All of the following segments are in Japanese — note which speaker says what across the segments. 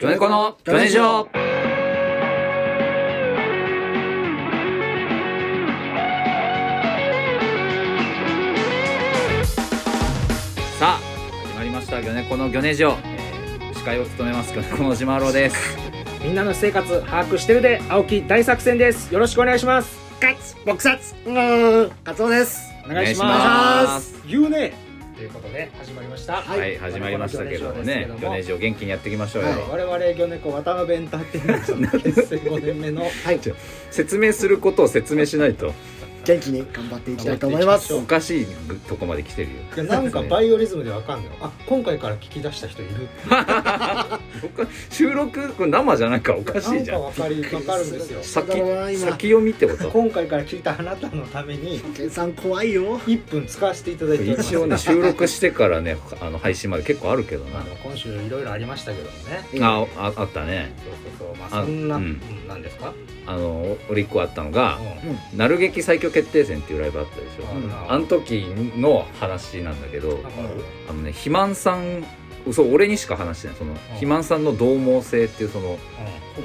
Speaker 1: ョネコのジョネジョさあ始まりました「ギョネコのギョネジョ」えー司会を務めますギョネコの島郎です
Speaker 2: みんなの私生活把握してるで青木大作戦ですよろしくお願いします
Speaker 3: カツ撲殺うーんカツオです
Speaker 2: お
Speaker 1: 願いします
Speaker 2: 言うねということで始まりました
Speaker 3: は
Speaker 1: はいい、始まりましたけどもね
Speaker 2: ギ
Speaker 1: ギ
Speaker 2: ョ
Speaker 1: ョ
Speaker 2: ネ
Speaker 1: ネ
Speaker 2: ジ
Speaker 1: ジョ元気にやっていきましょうよ、
Speaker 3: はい
Speaker 2: 我々魚猫渡辺エンターテインメントの結 成5年目の
Speaker 3: はい
Speaker 1: ちょ説明することを説明しないと
Speaker 3: 元気に頑張っていきたいと思います
Speaker 1: おかしいとこまで来てるよ
Speaker 2: でなんか バイオリズムでわかんないあ今回から聞き出した人いる
Speaker 1: おか収録これ生じゃないからおかしいじゃ
Speaker 2: なんんかわかりわかるんですよ
Speaker 1: 先
Speaker 3: だから今
Speaker 1: 先読みってこと
Speaker 2: 今回から聞いたあなたのために
Speaker 3: ケンさん怖いよ
Speaker 2: 1分使わせていただいております
Speaker 1: 一応ね収録してからねあの配信まで結構あるけど
Speaker 2: まあ
Speaker 1: な
Speaker 2: でも今週いろいろありましたけどもね
Speaker 1: あああったね
Speaker 2: そうそうそうま
Speaker 1: あ
Speaker 2: あそんな、
Speaker 1: う
Speaker 2: うんん、なんですか、う
Speaker 1: あの俺一個あったのが
Speaker 2: ん
Speaker 3: う
Speaker 1: 「
Speaker 3: ん
Speaker 1: なる劇最強決定戦」っていうライブあったでしょ
Speaker 3: うん
Speaker 1: あの時の話なんだけど
Speaker 2: なんか
Speaker 1: あのね肥満さんそう俺にしか話してないその肥満さんの獰猛性っていうその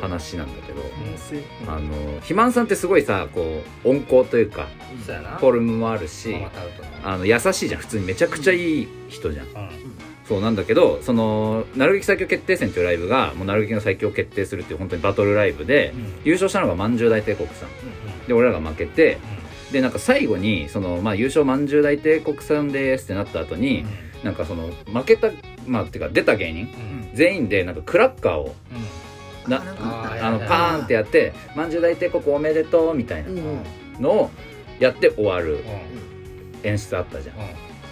Speaker 1: 話なんだけど
Speaker 3: もうせ
Speaker 1: あの肥満さんってすごいさこう温厚というか
Speaker 2: うん、そうやな
Speaker 1: フォルムもあるし
Speaker 2: ママタルトの
Speaker 1: あの優しいじゃん普通にめちゃくちゃいい人じゃん
Speaker 2: うん
Speaker 1: そうなんだけどその「なる劇最強決定戦」というライブがもうなる劇の最強を決定するっていう本当にバトルライブで
Speaker 2: うん
Speaker 1: 優勝したのがまんじゅう大帝国さんで俺らが負けてでなんか最後にその、まあ、優勝まんじゅう大帝国さんですってなった後に、なんかその負けたまあてか出た芸人全員でなんかクラッカーをな
Speaker 3: あなんかあったね
Speaker 1: あのパーンってやって「まんじゅう大帝国おめでとう」みたいな
Speaker 3: うんうん
Speaker 1: のをやって終わる演出あったじゃん。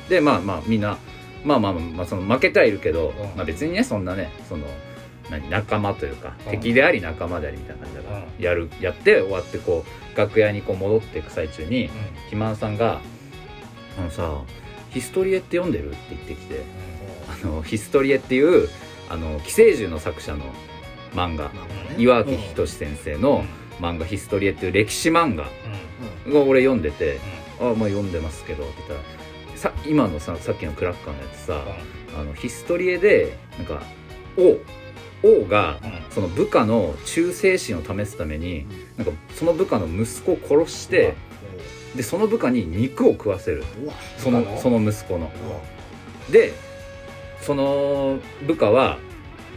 Speaker 1: でまあまあみんなまあまあまあその負けてはいるけど、
Speaker 2: ん
Speaker 1: まあ、別にねそんなねその何仲間というか、
Speaker 2: うん
Speaker 1: 敵であり仲間でありみたいな感じだから、
Speaker 2: うん
Speaker 1: やるやって終わってこう楽屋にこう戻っていく最中に肥満さんが「あのさヒストリエって読んでる?」って言ってきてあのヒストリエっていうあの寄生獣の作者の漫画
Speaker 3: まあまあね
Speaker 1: 岩城仁志先生の漫画「ヒストリエっていう歴史漫画が俺読んでて「あまあ読んでますけど」って言ったらさ今のささっきのクラッカーのやつさ、あのヒストリエでなんか王王がその部下の忠誠心を試すためになんかその部下の息子を殺してでその部下に肉を食わせる
Speaker 3: うんうわ
Speaker 1: そのその息子のでその部下は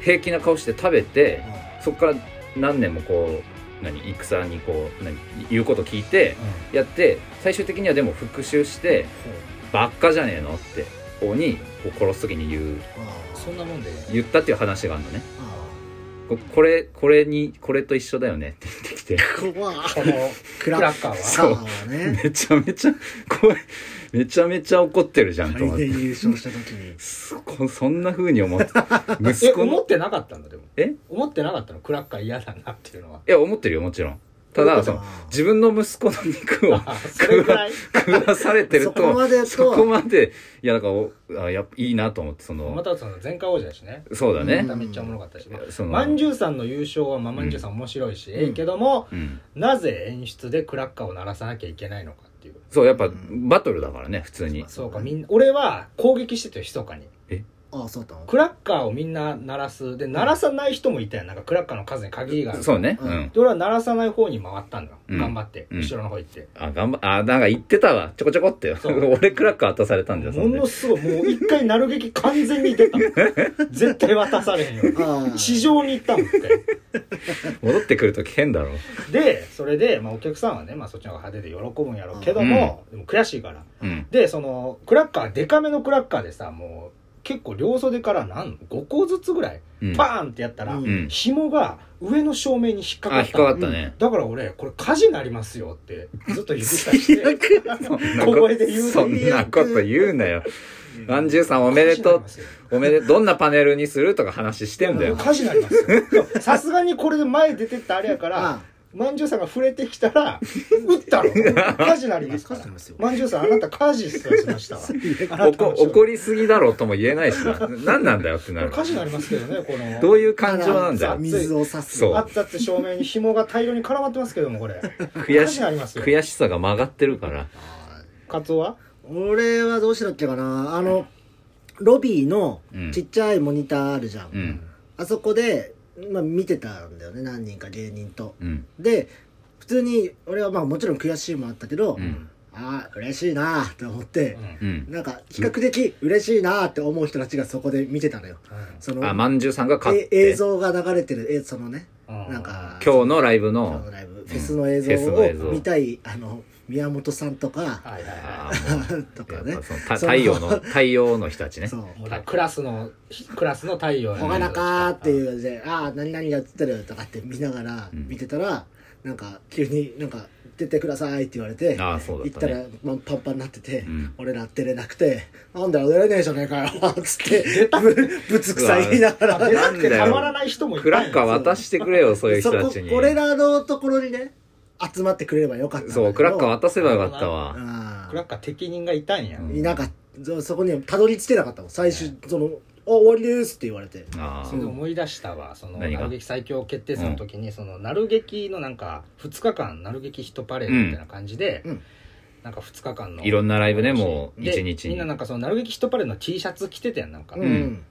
Speaker 1: 平気な顔して食べてそこから何年もこう何戦にこう何言うこと聞いてやって最終的にはでも復讐して「ばっかじゃねえの?」って王にこう殺す時に言う
Speaker 3: うんあ
Speaker 2: そんなもんで
Speaker 1: 言ったっていう話があるのね
Speaker 3: あ
Speaker 1: ここれこれにこれと一緒だよねって言ってきて
Speaker 3: 怖っ
Speaker 2: この
Speaker 3: ク
Speaker 2: ク
Speaker 3: ラ
Speaker 2: ラ
Speaker 3: ッ
Speaker 2: ッカーは
Speaker 3: カーはね
Speaker 1: めちゃめちゃこれめちゃめちゃ怒ってるじゃんと思
Speaker 3: 大
Speaker 1: っ
Speaker 3: で
Speaker 1: て
Speaker 3: 優勝した時に
Speaker 1: すこそんな風に思って息
Speaker 2: え
Speaker 1: 子
Speaker 2: 思っ
Speaker 1: の
Speaker 2: てなかったんだでも
Speaker 1: え
Speaker 2: 思ってなかったのクラッカー嫌だなっていうのはい
Speaker 1: や思ってるよもちろんただその自分の息子の肉を
Speaker 2: それぐらい
Speaker 1: 食わされてる
Speaker 3: そことまでと
Speaker 1: そこまでいやだからおあやっぱいいなと思ってそ
Speaker 2: ま
Speaker 1: の
Speaker 2: たその前回王者だしね
Speaker 1: そうだね
Speaker 3: う
Speaker 2: めっちゃおもろかったし
Speaker 1: その
Speaker 2: まんじゅうさんの優勝はまんじゅうさん面白いしええけども
Speaker 1: うん
Speaker 2: なぜ演出でクラッカーを鳴らさなきゃいけないのかっていう
Speaker 1: そうやっぱ
Speaker 3: うん
Speaker 1: バトルだからね普通に
Speaker 2: そうかみんな俺は攻撃してたよ密かに
Speaker 3: ああそうだったの
Speaker 2: クラッカーをみんな鳴らすで鳴らさない人もいたよなんかクラッカーの数に限りがある
Speaker 1: そうね
Speaker 3: う
Speaker 1: うんん
Speaker 2: で俺は鳴らさない方に回ったんだ、
Speaker 1: うん
Speaker 2: 頑張って
Speaker 1: うん
Speaker 2: 後ろの方行って、
Speaker 1: あ頑張あなんか言ってたわちょこちょこって
Speaker 2: そ う
Speaker 1: 俺クラッカー渡されたんだよそ
Speaker 2: も
Speaker 1: んで
Speaker 2: のすごいもう一回鳴る劇完全に出た絶対渡されへんよ
Speaker 3: ああ
Speaker 2: 地上に行ったもんって
Speaker 1: 戻ってくるとき変だろ
Speaker 2: でそれで、まあ、お客さんはね、まあ、そっちの方が派手で喜ぶんやろうけども、でも悔しいから
Speaker 1: うん
Speaker 2: でそのクラッカーデカめのクラッカーでさもう結構両袖から何5個ずつぐらい
Speaker 1: うん
Speaker 2: パーンってやったら、
Speaker 3: うん
Speaker 1: うん
Speaker 2: 紐が上の照明に引っか
Speaker 1: あ引
Speaker 2: かっ
Speaker 1: ったかかったね
Speaker 2: だから俺これ火事になりますよってずっと指さして
Speaker 1: そんな
Speaker 2: 小
Speaker 1: こ
Speaker 2: 声で言うの
Speaker 1: と
Speaker 2: に
Speaker 1: そんなこと言うなよまんじゅうさ んお
Speaker 2: お
Speaker 1: めでとうおめでどんなパネルにするとか話してんだよ
Speaker 2: 火事になりますよでもさすがにこれで前出てったあれやか
Speaker 3: あ
Speaker 2: ら
Speaker 3: あ
Speaker 2: まんじゅうさんが触れてきたら撃った ろ火事になりますか
Speaker 3: 火事になり
Speaker 2: ら
Speaker 3: ますよ
Speaker 2: まんじゅうさんあなた火事しましたわあなた
Speaker 1: 怒
Speaker 2: の勝利
Speaker 1: 怒りすぎだろうとも言えないしな何なんだよって な
Speaker 2: これ
Speaker 1: る
Speaker 2: 火事になりますけどねこの
Speaker 1: どういう感情なんだよ
Speaker 3: 水を差す
Speaker 1: そう
Speaker 2: あったって照明に紐が大量に絡まってますけどもこれ
Speaker 1: 悔
Speaker 2: 火事
Speaker 1: し
Speaker 2: になりますよ
Speaker 1: 悔しさが曲がってるから
Speaker 2: カツオは
Speaker 3: 俺はどうしてだっけかなあのロビーの
Speaker 1: うん
Speaker 3: ちっちゃいモニターあるじゃん、
Speaker 1: うん
Speaker 3: あそこでまあ、見てたんだよね何人か芸人と
Speaker 1: うん
Speaker 3: で普通に俺はまあもちろん悔しいもあったけど、
Speaker 1: うん
Speaker 3: ああ嬉しいなーって思って、
Speaker 1: うん
Speaker 3: なんか比較的嬉しいなーって思う人たちがそこで見てたのよその
Speaker 1: あまんじゅうさんが勝っ
Speaker 3: え
Speaker 1: て
Speaker 3: 映像が流れてるえそのねなんか
Speaker 1: 今日のライブ
Speaker 3: 今日
Speaker 1: の
Speaker 3: のライブフェスの映
Speaker 1: フェス
Speaker 3: 像
Speaker 1: の映像
Speaker 3: を見たいあの宮本さんとか
Speaker 2: はいはい
Speaker 1: あ
Speaker 2: は
Speaker 1: ーも
Speaker 3: と
Speaker 1: う
Speaker 3: か
Speaker 1: や
Speaker 3: ね
Speaker 1: っぱそのた太陽の太陽の人たちね
Speaker 3: そう
Speaker 2: いもうだからクラスのクラスの太
Speaker 3: 「
Speaker 2: 陽
Speaker 3: ほがなか」っていう感じで「ああ何々が映ってる」とかって見ながら
Speaker 1: うん
Speaker 3: 見てたら、なんか急になんか「出てください」って言われて
Speaker 1: ああそうだっ
Speaker 3: 行ったた
Speaker 1: ね
Speaker 3: ら、まあ、パンパンになってて、
Speaker 1: ん
Speaker 3: 俺ら出れなくて「なんだよ出れねえじゃねえかよ」つってぶぶつくさ言いながら
Speaker 2: 出なくて
Speaker 1: なんだよ
Speaker 2: たまらない人もいっ
Speaker 1: ク
Speaker 2: ぱ
Speaker 1: ラ
Speaker 2: いい
Speaker 1: ッ
Speaker 2: る
Speaker 1: カー渡してくれよそういう人
Speaker 3: そ
Speaker 1: た
Speaker 3: こ
Speaker 1: ちに
Speaker 3: 俺らのところにね集まってくれればよかったんだけど
Speaker 1: そうクラッカー渡せばよかったわ
Speaker 3: あ
Speaker 2: クラ
Speaker 3: ー
Speaker 2: ッカー適任がいたんや、
Speaker 1: うん
Speaker 3: いなかったそそこにはたどり着けなかったもん最終その「あ終わりです」って言われて
Speaker 1: あ
Speaker 2: それで
Speaker 1: ー
Speaker 2: 思い出したわその
Speaker 1: 何が
Speaker 2: なる劇最強決定戦の時に、そのなる劇のなんか2日間なる劇ヒットパレードみたいな感じで、
Speaker 3: うん
Speaker 2: なんか2日間の
Speaker 1: いろんなライブねもう一日
Speaker 2: でみんななんかそのなる劇ヒットパレードの T シャツ着てたやんなんか、
Speaker 3: うん、
Speaker 1: ん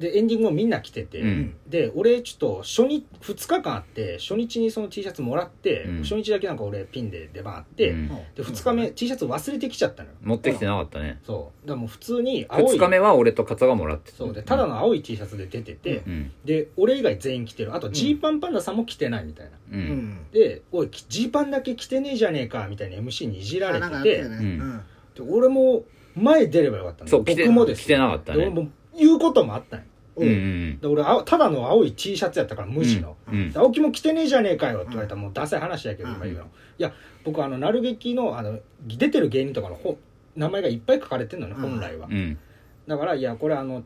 Speaker 2: でエンディングもみんな着てて、
Speaker 1: うん
Speaker 2: で俺ちょっと初日2日間あって初日にその T シャツもらって、
Speaker 1: うん
Speaker 2: 初日だけなんか俺ピンで出番あって、
Speaker 1: うん
Speaker 2: で2日目 T シャツ忘れてきちゃったのよ
Speaker 1: 持ってきてなかったね
Speaker 2: そうだからもう普通に青い
Speaker 1: 2日目は俺とカツがもらってた
Speaker 2: そうでただの青い T シャツで出てて、
Speaker 1: うん
Speaker 2: で俺以外全員着てるあとジーパンパンダさんも着てないみたいな、
Speaker 1: う
Speaker 3: うんん
Speaker 2: で「おいジーパンだけ着てねえじゃねえか」みたいな MC にいじら
Speaker 3: あ
Speaker 2: れ
Speaker 3: なんかあ
Speaker 2: て
Speaker 3: ってたよね、
Speaker 1: う
Speaker 3: うんん
Speaker 2: で俺も前出ればよかったの
Speaker 1: そう来て
Speaker 2: 僕もです
Speaker 1: 来てなかったね
Speaker 2: で俺も言うこともあったんよ
Speaker 1: うんうん
Speaker 2: で俺あただの青い T シャツやったから無地の、
Speaker 1: うんうん
Speaker 2: で青木も着てねえじゃねえかよって言われたらもうダサい話やけど今言うの、いや僕あのなる劇のあの出てる芸人とかの本名前がいっぱい書かれてんのね
Speaker 3: うん
Speaker 2: 本来は、
Speaker 1: うん
Speaker 2: だからいやこれあの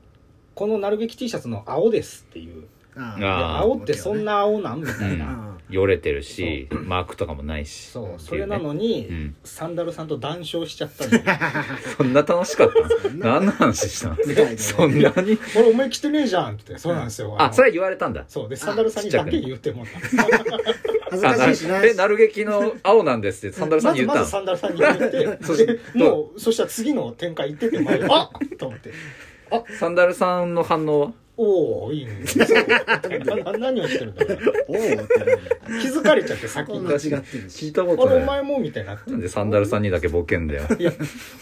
Speaker 2: このなる劇 T シャツの青ですっていう
Speaker 3: あ
Speaker 1: あ
Speaker 2: で
Speaker 1: ー
Speaker 2: 青ってそんな青なんみたいな、
Speaker 1: う
Speaker 3: あ
Speaker 1: よれてるしマークとかもないし
Speaker 2: そう
Speaker 1: っ
Speaker 2: そ
Speaker 1: てい
Speaker 2: れ
Speaker 1: う
Speaker 2: な
Speaker 1: ね
Speaker 2: のに、
Speaker 1: うん
Speaker 2: サンダルさんと談笑しちゃったんだよ
Speaker 1: そんな楽しかった
Speaker 3: そ
Speaker 1: の
Speaker 3: んな
Speaker 1: 何の話したの
Speaker 3: みたい な
Speaker 1: そんなに
Speaker 2: 俺お前着てねえじゃんって言ってそうなんですよの
Speaker 1: あそれは言われたんだ
Speaker 2: そうでサンダルさんにだけ言ってもらった
Speaker 3: 恥ず
Speaker 1: あ
Speaker 3: かしいし
Speaker 1: な
Speaker 3: な
Speaker 1: えなる劇の青なんですってサンダルさん
Speaker 2: ま
Speaker 1: に
Speaker 2: ず
Speaker 1: 言った
Speaker 2: ま
Speaker 1: の
Speaker 2: ずサンダルさんに言って
Speaker 1: そし
Speaker 2: でもうそしたら次の展開行っててもあっと思って
Speaker 1: サンダルさんの反応は
Speaker 2: おおいいね なな何を言ってるんだろう
Speaker 3: おおって
Speaker 2: 気づかれちゃって先
Speaker 3: こん
Speaker 2: に
Speaker 3: な
Speaker 2: あ
Speaker 3: 違ってる
Speaker 1: 聞い
Speaker 3: した
Speaker 1: こと
Speaker 2: れお
Speaker 1: ない
Speaker 2: 前もみたいになって
Speaker 1: なんでサンダルさんにだけボケんだよ
Speaker 2: いや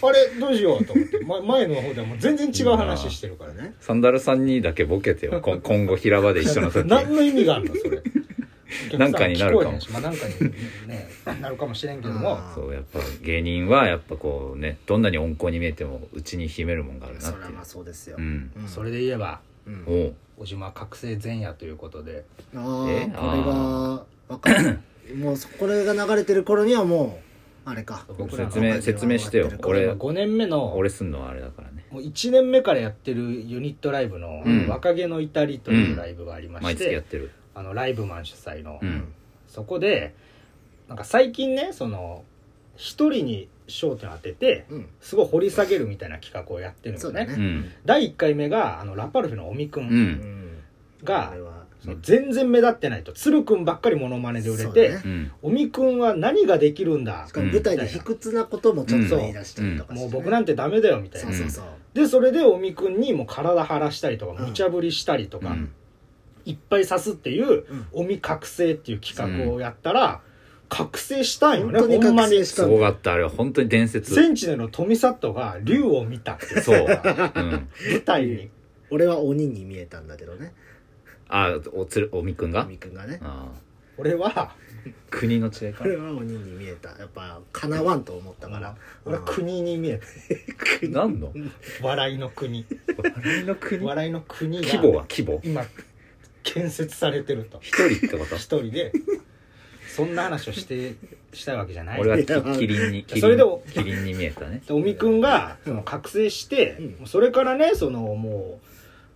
Speaker 2: あれどうしようと思って、ま、前の方ではもう全然違う話してるからね
Speaker 3: ね
Speaker 1: サンダルさんにだけボケてよこん今後平場で一緒の時
Speaker 2: 何の意味があるのそれ
Speaker 1: なんかになるかも
Speaker 2: お客さん聞こえへんしまあ、なんかに、ね、なるかもしれんけども
Speaker 3: あ
Speaker 1: そうやっぱ芸人はやっぱこうねどんなに温厚に見えてもうちに秘めるもんがあるなっ
Speaker 3: そ
Speaker 1: てい
Speaker 3: りゃ
Speaker 1: う
Speaker 3: まあそうですよ、
Speaker 1: うん
Speaker 3: うん
Speaker 2: それで言えば
Speaker 3: うん
Speaker 1: おう
Speaker 2: 小島は覚醒前夜ということで
Speaker 3: ああ
Speaker 1: え
Speaker 3: これがわ かるもうそこれが流れてる頃にはもうあれか
Speaker 2: 僕らの
Speaker 1: 説明説明してよ
Speaker 2: 今
Speaker 1: 俺
Speaker 2: 5年目の
Speaker 1: 俺すんのはあれだからね
Speaker 2: もう1年目からやってるユニットライブの
Speaker 1: うん
Speaker 2: 「若気の至り」というライブがありまし
Speaker 1: 毎月
Speaker 2: て、
Speaker 1: やってる
Speaker 2: あのライブマン主催の、
Speaker 1: うん
Speaker 2: そこでなんか最近ねその一人に焦点を当てて
Speaker 3: うん
Speaker 2: すごい掘り下げるみたいな企画をやってるんで
Speaker 3: そ
Speaker 2: す
Speaker 3: うだ
Speaker 2: ね
Speaker 1: う
Speaker 3: ね
Speaker 1: ん
Speaker 2: 第1回目があのラパルフェの尾身く
Speaker 1: うんん
Speaker 2: が
Speaker 3: これ、は
Speaker 2: その全然目立ってないと鶴くんばっかりモノマネで売れ
Speaker 3: そう
Speaker 2: て
Speaker 3: だね
Speaker 1: うん
Speaker 2: 尾身くんは何ができるんだ
Speaker 3: しかも舞台で卑屈なこともちょっと言い出したりとかしてね
Speaker 2: もう僕なんてダメだよみたい
Speaker 3: そ
Speaker 2: な
Speaker 3: うそうそう
Speaker 2: でそれで尾身くんにもう体張らしたりとか
Speaker 3: うん
Speaker 2: 無茶ぶりしたりと
Speaker 1: う
Speaker 2: か、
Speaker 1: ん
Speaker 2: いっぱい刺すっていう
Speaker 3: うん
Speaker 2: 尾身覚醒っていう企画をやったら、覚醒したんよね
Speaker 3: 本当に
Speaker 2: ほんまに
Speaker 3: 覚醒し
Speaker 1: すごかったあれは本当に伝説
Speaker 2: センチネルの富里が竜を見たっていう
Speaker 1: そう、うん、
Speaker 2: 舞台に
Speaker 3: 俺は鬼に見えたんだけどね
Speaker 1: あおつるおみくんが
Speaker 3: みくんがね
Speaker 1: あ
Speaker 2: 俺は
Speaker 1: ー国の違いか
Speaker 3: 俺は鬼に見えたやっぱかなわんと思った
Speaker 2: だ
Speaker 3: か
Speaker 2: からら俺は国に見え
Speaker 1: 何の
Speaker 2: た笑いの国
Speaker 1: 笑いの国
Speaker 2: 笑いの国が
Speaker 1: 規模は規模
Speaker 2: 今建設されてると
Speaker 1: 一人ってこと
Speaker 2: 一人でそんな話をしてしたいわけじゃない
Speaker 1: 俺はき
Speaker 3: いやまあ
Speaker 1: キリンにキリン
Speaker 2: それでも
Speaker 1: キリンに見えたね
Speaker 2: で尾身君がその覚醒して、
Speaker 3: うん
Speaker 2: もうそれからねそのもう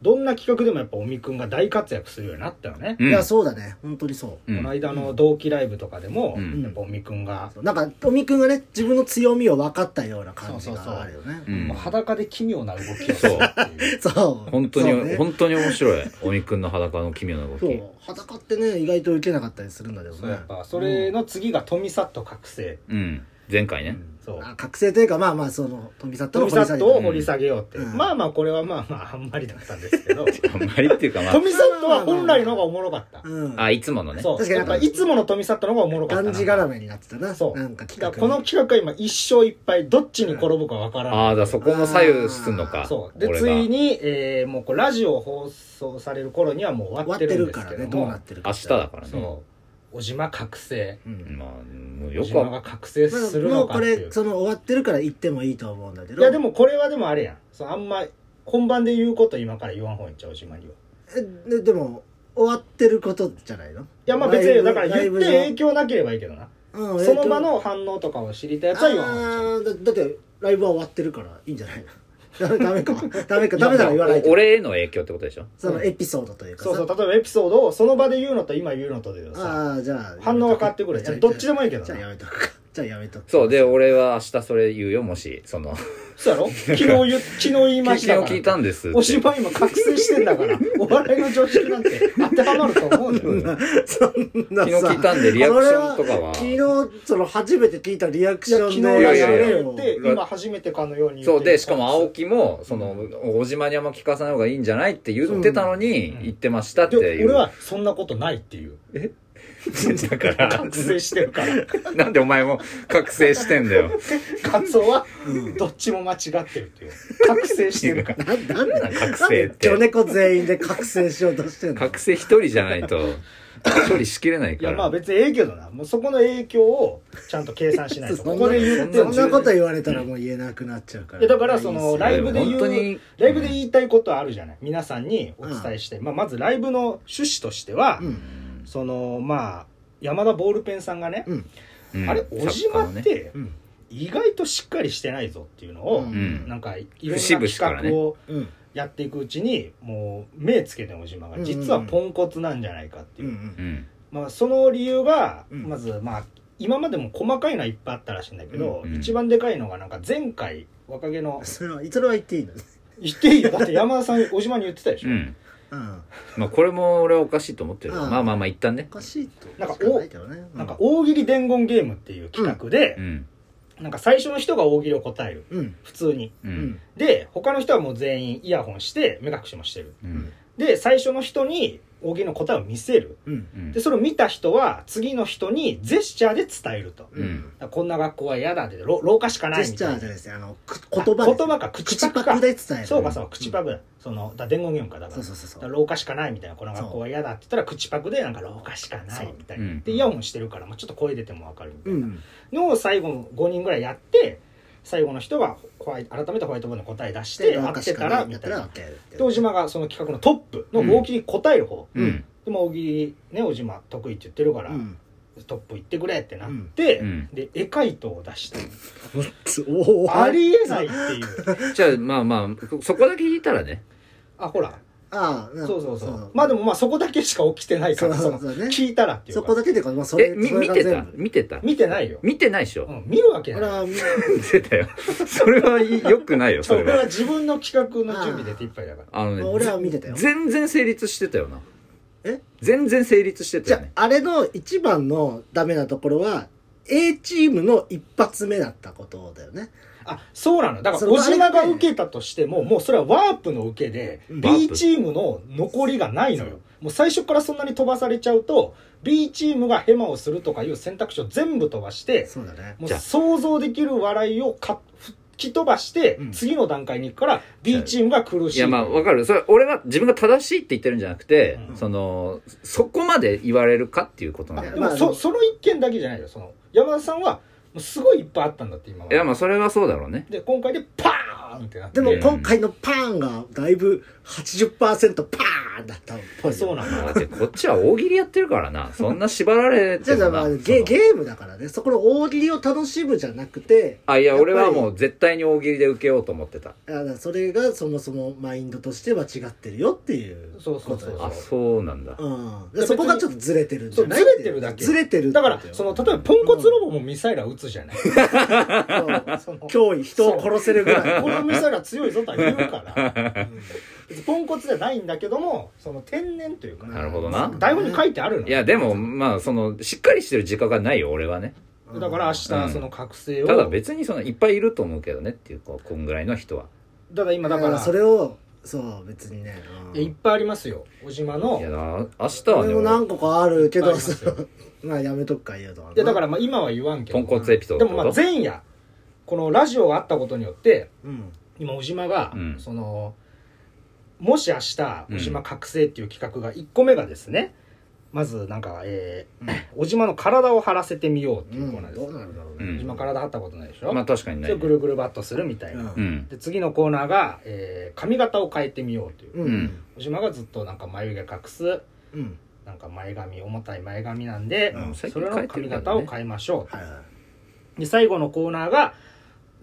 Speaker 2: どんな企画でもやっぱ尾身君が大活躍するようになったよね、
Speaker 1: うん
Speaker 3: いやそうだね本当にそう
Speaker 1: うん
Speaker 2: この間の同期ライブとかでも、
Speaker 1: うん
Speaker 2: やっぱ尾身君が、
Speaker 3: なんかおみくんがね自分の強みを分かったような感じがあるよ
Speaker 1: う
Speaker 3: ね
Speaker 1: ん
Speaker 2: もう裸で奇妙な動きをするっていう
Speaker 3: そう
Speaker 1: 本当に、
Speaker 3: そうね
Speaker 1: 本当に面白いおみくんの裸の奇妙な動
Speaker 3: そ
Speaker 1: き
Speaker 3: う裸ってね意外と受けなかったりするんだけど
Speaker 2: そうや
Speaker 3: ね
Speaker 2: っぱそれの次が富里覚醒
Speaker 1: うん前回ね、
Speaker 2: そう
Speaker 3: あ覚醒というかまあまあその富里
Speaker 2: 富
Speaker 3: の掘り下げ
Speaker 2: 里
Speaker 3: た
Speaker 2: を掘り下げようって、
Speaker 3: うん
Speaker 2: まあまあこれはまあまああんまりだったんですけど
Speaker 1: あんまりっていうかまあ
Speaker 2: 富里は本来の方がおもろかった、
Speaker 3: うん
Speaker 1: あいつものね
Speaker 2: そう
Speaker 3: 確
Speaker 2: 確
Speaker 3: か
Speaker 2: か
Speaker 3: に
Speaker 2: に
Speaker 3: や
Speaker 2: や
Speaker 3: っ
Speaker 2: っ
Speaker 3: ぱ
Speaker 2: ぱいつもの富里の方がおもろかった
Speaker 3: がんじがらめになってたな
Speaker 2: そう
Speaker 3: なんか企
Speaker 2: だ
Speaker 3: 画
Speaker 2: からこの企画は今一生いっぱいどっちに転ぶかわから
Speaker 1: あ
Speaker 2: な
Speaker 1: あ
Speaker 2: い、
Speaker 1: だそこも左右すんのか
Speaker 2: そうで
Speaker 1: 俺が
Speaker 2: ついに、えーもうこうラジオ放送される頃にはもう終わ
Speaker 3: 割
Speaker 2: って
Speaker 3: って
Speaker 2: るん
Speaker 3: る
Speaker 2: で
Speaker 3: か
Speaker 2: す
Speaker 3: ら
Speaker 2: け
Speaker 3: ね
Speaker 2: ど
Speaker 3: どうな
Speaker 2: も
Speaker 3: ってるか
Speaker 1: 明日だからね
Speaker 2: そう小島覚醒
Speaker 3: うん
Speaker 1: まあもう
Speaker 2: 小
Speaker 1: よく
Speaker 2: 島
Speaker 1: は
Speaker 2: が覚醒
Speaker 3: まあ
Speaker 2: する
Speaker 3: も
Speaker 2: の
Speaker 3: う
Speaker 2: か
Speaker 3: こ
Speaker 2: っていう、
Speaker 3: れその終わってるから言ってもいいと思うんだけど
Speaker 2: いやでもこれはでもあれやんそうあんま本番で言うこと今から言わん方がいいんちゃう小島には
Speaker 3: えででも終わってることじゃないのい
Speaker 2: いやまあ別にだから言って影響なければいいけどな
Speaker 3: うん
Speaker 2: その場の反応とかを知りたいやつは言わん方がいいんちゃ
Speaker 3: あ
Speaker 2: う
Speaker 3: ーだだってライブは終わってるからいいんじゃないのダメかダメかダメなら言わない
Speaker 1: お
Speaker 3: と
Speaker 1: 俺への影響ってことでしょ
Speaker 3: そのエピソードというかさ
Speaker 2: そうそう、例えばエピソードをその場で言うのと今言うのとでさ、
Speaker 3: ああじゃあ
Speaker 2: 反応が変わってくる。いやどっちでもいいけど
Speaker 3: じゃあや
Speaker 2: な。
Speaker 3: めとくかじゃあやめとく
Speaker 1: そうで俺は明日それ言うよもしその
Speaker 2: そうやろ昨日言う、昨日言いま
Speaker 1: 経
Speaker 2: した
Speaker 1: 験を
Speaker 2: から。
Speaker 1: 聞いたんですって
Speaker 2: お芝居今覚醒してんだから、お笑いの常識なんて当てはまると思う
Speaker 1: うん
Speaker 2: よ。
Speaker 1: ん
Speaker 3: そんな
Speaker 1: 昨日聞いたんでリアクションとかは
Speaker 3: それ昨日その初めて聞いたリアク
Speaker 2: い
Speaker 3: シ
Speaker 2: や、
Speaker 3: ョン
Speaker 2: 昨日
Speaker 3: で
Speaker 2: ラ
Speaker 1: いやい
Speaker 2: ジオ
Speaker 1: やいや
Speaker 2: で
Speaker 3: や
Speaker 2: 言って、今初めてかのように言って
Speaker 1: そうでしかも青木もその小島にあんま聞かさない方がいいんじゃないって言ってたのに
Speaker 2: うん
Speaker 1: 言ってましたって
Speaker 2: で
Speaker 1: いう
Speaker 2: 俺はそんなことないっていう。
Speaker 1: だから
Speaker 2: 覚醒してるから。
Speaker 1: なんでお前も覚醒してんだよ
Speaker 2: 感想は、どっちも間違ってるっていう。覚醒してるから。
Speaker 3: なんなんでなんで
Speaker 1: 覚醒って
Speaker 3: ジョネコ全員で覚醒しようとしてんの
Speaker 1: 覚醒一人じゃないと処理しきれない
Speaker 2: い
Speaker 1: か
Speaker 2: や、
Speaker 1: ら
Speaker 2: まあ別にええけどな。もうそこの影響をちゃんと計算しないと。
Speaker 3: そんな
Speaker 2: ここで言って
Speaker 3: そんなこと
Speaker 2: い
Speaker 3: 言われたらもう言えなくなっちゃうから
Speaker 2: やだからそのライブで言
Speaker 1: 本
Speaker 2: う
Speaker 1: 当に
Speaker 2: ライブで言いたいことはあるじゃない皆さんにお伝えして、まあ、まずライブの趣旨としては、
Speaker 3: うん
Speaker 2: そのまあ山田ボールペンさんがね、
Speaker 3: うん
Speaker 1: うん
Speaker 2: あれ小島っ
Speaker 1: ね
Speaker 2: て
Speaker 3: うん
Speaker 2: 意外としっかりしてないぞっていうのを、
Speaker 3: う
Speaker 1: うん
Speaker 2: なんかいろん
Speaker 1: 節
Speaker 2: な
Speaker 1: 々か
Speaker 2: 企
Speaker 1: らね
Speaker 2: 画を
Speaker 3: うん
Speaker 2: やっていくうちにもう目つけて小島
Speaker 3: うん
Speaker 2: が
Speaker 3: うん
Speaker 2: 実はポンコツなんじゃないかって
Speaker 3: う
Speaker 2: いう、
Speaker 3: ん
Speaker 1: うん
Speaker 2: まあ、その理由が
Speaker 3: うん
Speaker 2: まずまあ今までも細かいのはいっぱいあったらしいんだけど、
Speaker 1: うんうん
Speaker 2: 一番でかいのがなんか前回若気の
Speaker 3: それはそれは言っていいの
Speaker 2: 言っていいよだって山田さん小島に言ってたでし
Speaker 1: う
Speaker 2: ょ、
Speaker 1: ん
Speaker 3: うん
Speaker 1: まあこれも俺はおかしいと思ってるよ
Speaker 3: うん
Speaker 1: まあまあまあ一旦ね
Speaker 3: おかしいと
Speaker 2: なんか
Speaker 3: しないけどね
Speaker 2: なんか大喜利伝言ゲームっていう企画で
Speaker 1: う、ん
Speaker 2: なんか最初の人が大喜利を答える
Speaker 3: うん
Speaker 2: 普通に
Speaker 1: う
Speaker 3: うんん
Speaker 2: で他の人はもう全員イヤホンして目隠しもしてる
Speaker 1: うん
Speaker 2: で最初の人に大喜利の答えを見せる
Speaker 3: うん
Speaker 1: うん
Speaker 2: でそれを見た人は次の人にジェスチャーで伝えると、
Speaker 1: うん
Speaker 2: こんな学校は嫌だってろ廊下しかな
Speaker 3: ジェ
Speaker 2: い
Speaker 3: ス
Speaker 2: み
Speaker 3: チ
Speaker 2: た
Speaker 3: ャー
Speaker 2: い
Speaker 3: じゃ
Speaker 2: な
Speaker 3: ないですねあのく
Speaker 2: あ
Speaker 3: 言葉です
Speaker 2: 言葉か口
Speaker 3: 口
Speaker 2: パ
Speaker 3: パク
Speaker 2: クか
Speaker 3: で伝える
Speaker 2: そうかそうか口パクだ、そのだ伝言ゲームかだから
Speaker 3: そうそうそうそ
Speaker 2: だから
Speaker 3: う
Speaker 2: 廊下しかないみたいなこの学校は嫌だって言ったら口パクでなんか廊下しかないみたいな、
Speaker 1: そううん
Speaker 2: でイヤホンしてるからもうちょっと声出ても分かるみたいな、
Speaker 3: うん
Speaker 2: のを最後の5人ぐらいやって最後の人がホワイ改めてホワイトボードの答え出して合ってたらみたいなで小島がその企画のトップの大喜利答える方、
Speaker 1: うん
Speaker 2: でも大喜利ね小島得意って言ってるから、
Speaker 3: うん
Speaker 2: トップ行ってくれってなって、
Speaker 1: うん
Speaker 2: で絵回答を出した
Speaker 3: おお
Speaker 2: ありえないっていう
Speaker 1: じゃあまあまあそこだけ聞いたらね
Speaker 2: あほら
Speaker 3: ああ
Speaker 2: そうそうそうまあでもまあそこだけしか起きてないか
Speaker 3: そう
Speaker 2: ら
Speaker 3: そうそう
Speaker 2: その
Speaker 3: ね
Speaker 2: 聞いたらっていう
Speaker 3: そ
Speaker 2: か
Speaker 3: こだけでかまあそ
Speaker 1: え
Speaker 3: れ
Speaker 1: み
Speaker 3: それ
Speaker 1: 見
Speaker 3: が
Speaker 1: てた
Speaker 3: 全部
Speaker 1: 見てた
Speaker 2: 見てないよ、
Speaker 1: 見てないでし
Speaker 2: う
Speaker 1: ょ
Speaker 2: ん、見るわけ
Speaker 3: ほ
Speaker 2: ない
Speaker 3: らみ
Speaker 1: 見てたよ それは良くないよそれ
Speaker 2: 俺は
Speaker 1: は
Speaker 2: 自分の企画の準備で手一杯だから
Speaker 1: あのね
Speaker 3: 俺は見てたよ
Speaker 1: 全然成立してたよな
Speaker 3: え
Speaker 1: 全然成立してた
Speaker 3: じ
Speaker 1: よ
Speaker 3: ゃ
Speaker 1: ね
Speaker 3: ああれの一番のダメなところは A チームの一発目だったことだよね
Speaker 2: あそうなのだか
Speaker 3: そ
Speaker 2: ら
Speaker 3: れ
Speaker 2: 小島が受けたとしてももうそれはワープの受けで
Speaker 3: うん
Speaker 2: B チームの残りがないのよもう最初からそんなに飛ばされちゃうと B チームがヘマをするとかいう選択肢を全部飛ばして
Speaker 3: そうだね
Speaker 2: もう
Speaker 1: じゃあ
Speaker 2: 想像できる笑いをか吹き飛ばして
Speaker 3: うん
Speaker 2: 次の段階に行くから B チームが苦しい
Speaker 1: いやまあわか
Speaker 2: る
Speaker 1: るそれ俺が自分が正しいって言ってるんじゃなくて、
Speaker 2: うん
Speaker 1: そのそこまで言われるかっていうことなんだよ
Speaker 2: で
Speaker 3: まあ
Speaker 2: も
Speaker 3: でも
Speaker 2: そその一件だけじゃないよその山田さんはもうすごいいっぱいあったんだって今ま
Speaker 1: い
Speaker 2: で
Speaker 1: やまあそれはそうだろうね
Speaker 2: で今回でパーンってなって
Speaker 3: でも
Speaker 1: うん
Speaker 3: 今回のパーンがだいぶ80%パーンだったっぽいよ
Speaker 2: そうなの
Speaker 1: だってこっちは大喜利やってるからなそんな縛られ
Speaker 3: じ
Speaker 1: て
Speaker 3: ゃあじゃあ
Speaker 1: も
Speaker 3: まあ
Speaker 1: な
Speaker 3: ゲゲームだからねそこの大喜利を楽しむじゃなくて
Speaker 1: あいや俺は
Speaker 3: やっ
Speaker 1: もう絶対に大喜利で受けようと思ってた
Speaker 3: あだからそれがそもそもマインドとしては違ってるよっていう
Speaker 2: そうそうそう
Speaker 3: こと
Speaker 1: あそうなんだ
Speaker 3: ようん、でそこがちょっとずれてるんじ
Speaker 2: そ
Speaker 3: ゃ
Speaker 2: う
Speaker 3: ない
Speaker 2: ずれてるだけ
Speaker 3: ずれてるって
Speaker 2: だ
Speaker 3: こ
Speaker 2: か
Speaker 3: と
Speaker 2: ら
Speaker 3: よ
Speaker 2: その例えばポンコツロボもミサイルは撃つじゃない
Speaker 3: うん
Speaker 2: その
Speaker 3: 脅威人を殺せるぐらい
Speaker 2: このミサイルは強いぞとは言うから別にポンコツじゃないんだけどもその天然というか
Speaker 1: なるほどな
Speaker 2: 台本に書いてあるの
Speaker 1: いやでもまあそのしっかりしてる自覚がないよ俺はね
Speaker 2: だから明日
Speaker 1: うん
Speaker 2: その覚醒を、
Speaker 1: ただ別にそのいっぱいいると思うけどねっていうこうこんぐらいの人は
Speaker 2: ただ今だ
Speaker 3: だ
Speaker 2: か
Speaker 3: から
Speaker 2: ら
Speaker 3: それをそう別にね、うん
Speaker 2: いやいっぱいありますよ小島の
Speaker 1: いや
Speaker 2: い
Speaker 1: な明日は
Speaker 3: 俺
Speaker 1: ね
Speaker 3: も何個かあるけ
Speaker 2: いっ
Speaker 3: ど
Speaker 2: ぱいありますよ
Speaker 3: まあやめとくか言うとはな
Speaker 2: やだからまあ今は言わんけど
Speaker 1: 豚骨エピソー
Speaker 2: で
Speaker 1: ド
Speaker 2: もまあ前夜このラジオがあったことによって
Speaker 3: うん
Speaker 2: 今小島が、
Speaker 1: うん
Speaker 2: そのもし明日
Speaker 1: うん
Speaker 2: 小島覚醒っていう企画が1個目がですね、まずなんか、えー小島の体を張らせてみようっていうコーナーです、
Speaker 3: どうなるだろうね、
Speaker 1: うん
Speaker 2: 小島体張ったことないでしょ、
Speaker 1: まあ確かにね
Speaker 2: それをぐるぐるバットするみたいな、
Speaker 1: うん
Speaker 2: で次のコーナーが、えー髪型を変えてみようという、
Speaker 3: うんうん
Speaker 2: 小島がずっとなんか眉毛隠す
Speaker 3: うん
Speaker 2: なんか前髪重たい前髪なんで、
Speaker 3: うん
Speaker 1: 最
Speaker 2: そ
Speaker 1: 近変
Speaker 2: れの
Speaker 1: えて
Speaker 2: 髪
Speaker 1: るからね
Speaker 2: 型を変えましょう、
Speaker 3: はいはい
Speaker 2: で最後のコーナーが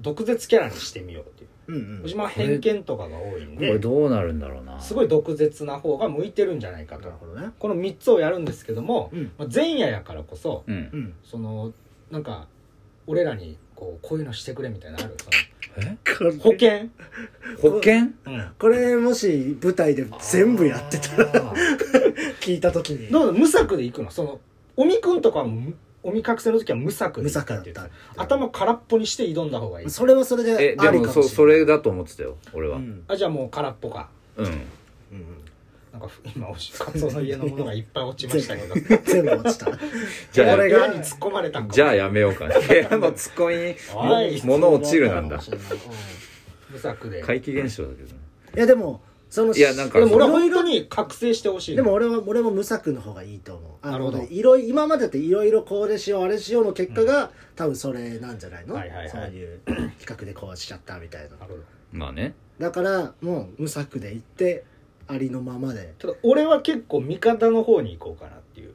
Speaker 2: 毒舌キャラにしてみようっていう
Speaker 3: うんうん
Speaker 2: 小島は偏見とかが多いん
Speaker 1: これ
Speaker 2: で
Speaker 1: どうなるんだろうな
Speaker 2: すごい毒舌な方が向いてるんじゃないか
Speaker 3: な
Speaker 2: と
Speaker 3: るほどね
Speaker 2: この3つをやるんですけども
Speaker 3: うん
Speaker 2: まあ前夜やからこそ
Speaker 1: うん
Speaker 3: うん
Speaker 2: そのなんか俺らにこうこういうのしてくれみたいなのあるそ
Speaker 1: え
Speaker 2: の保険、
Speaker 1: 保険
Speaker 2: うん、
Speaker 3: これもし舞台で全部やってたら
Speaker 2: ら
Speaker 3: 聞いた時に
Speaker 2: どうぞ無策で行くのそのおみくんとかはむおみ覚醒の時は無策で行ったっていう
Speaker 3: 無策だった
Speaker 2: 頭空っぽにして挑んだ方がいい
Speaker 3: それはそれであ
Speaker 1: え
Speaker 3: りか
Speaker 1: で
Speaker 3: も
Speaker 1: も
Speaker 3: し
Speaker 1: そ
Speaker 3: れ
Speaker 1: うそ
Speaker 3: ない
Speaker 1: れだと思ってたよ俺は
Speaker 3: う
Speaker 1: うん
Speaker 3: ん
Speaker 2: あじゃあもう空っぽか
Speaker 3: うん
Speaker 2: なんかふ今おし カツオの家のものがいっぱい落ちましたけど
Speaker 3: 全部落ちた
Speaker 1: じゃあ
Speaker 3: これ
Speaker 2: 部
Speaker 3: が
Speaker 2: 屋に突っ込まれたんか
Speaker 1: じゃあやめようかな部屋のツッコミ
Speaker 2: おい
Speaker 1: 物落ちるなんだ
Speaker 3: そうかもしれない
Speaker 2: 無策で
Speaker 1: 怪奇現象だけどね
Speaker 3: いやでもその
Speaker 1: いやなんか
Speaker 2: でも俺は
Speaker 3: その
Speaker 2: 本当に覚醒してほしい
Speaker 3: でも俺は俺も無策の方がいいと思うあの
Speaker 2: なるほど
Speaker 3: いろい今までっていろいろこうでしようあれしようの結果が、多分それなんじゃないの、
Speaker 2: はいはいはい
Speaker 3: そういう企画でこうしちゃったみたいな
Speaker 2: なるほど
Speaker 1: まあね
Speaker 3: だからもう無策で行ってありのままで
Speaker 2: ただ俺は結構味方の方に行こうかなっていう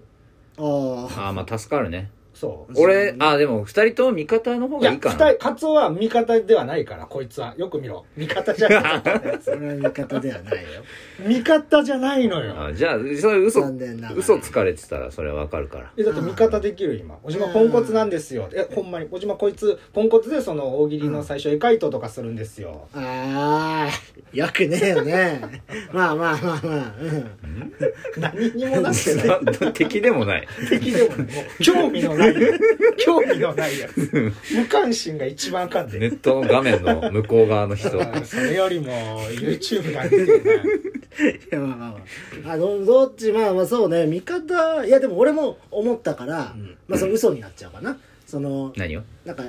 Speaker 3: ああ
Speaker 1: ああまあ助かるね
Speaker 2: そう
Speaker 1: 俺あーでも二人とも味方の方
Speaker 2: い
Speaker 1: が
Speaker 2: や
Speaker 1: いい
Speaker 2: 二
Speaker 1: かな
Speaker 2: 人カツオは味方ではないからこいつはよく見ろ味方じゃない
Speaker 3: それは味方ではないよ
Speaker 2: 味方じゃないのよ
Speaker 1: あーじゃあそれ嘘
Speaker 3: 残念ながら
Speaker 1: 嘘つかれてたらそれはわかるから
Speaker 2: えだって味方できる今「小島ポンコツなんですよ」えほんまに「小島こいつポンコツでその大喜利の最初エカイトとかするんで すよ
Speaker 3: ああよくねえよね まあまあまあまあ、うん」
Speaker 2: 何にもなってな い
Speaker 1: 敵でもない
Speaker 2: 敵でもないもう興味のない興味のないやつ無関心が一番あかんで、
Speaker 1: ネットの画面の向こう側の人
Speaker 2: うんそれよりも YouTube が見てる
Speaker 3: いやまあまあまああのどっちまあまあそうね味方いやでも俺も思ったから、
Speaker 2: うん
Speaker 3: まあその嘘になっちゃうかなその
Speaker 1: 何を
Speaker 3: なんか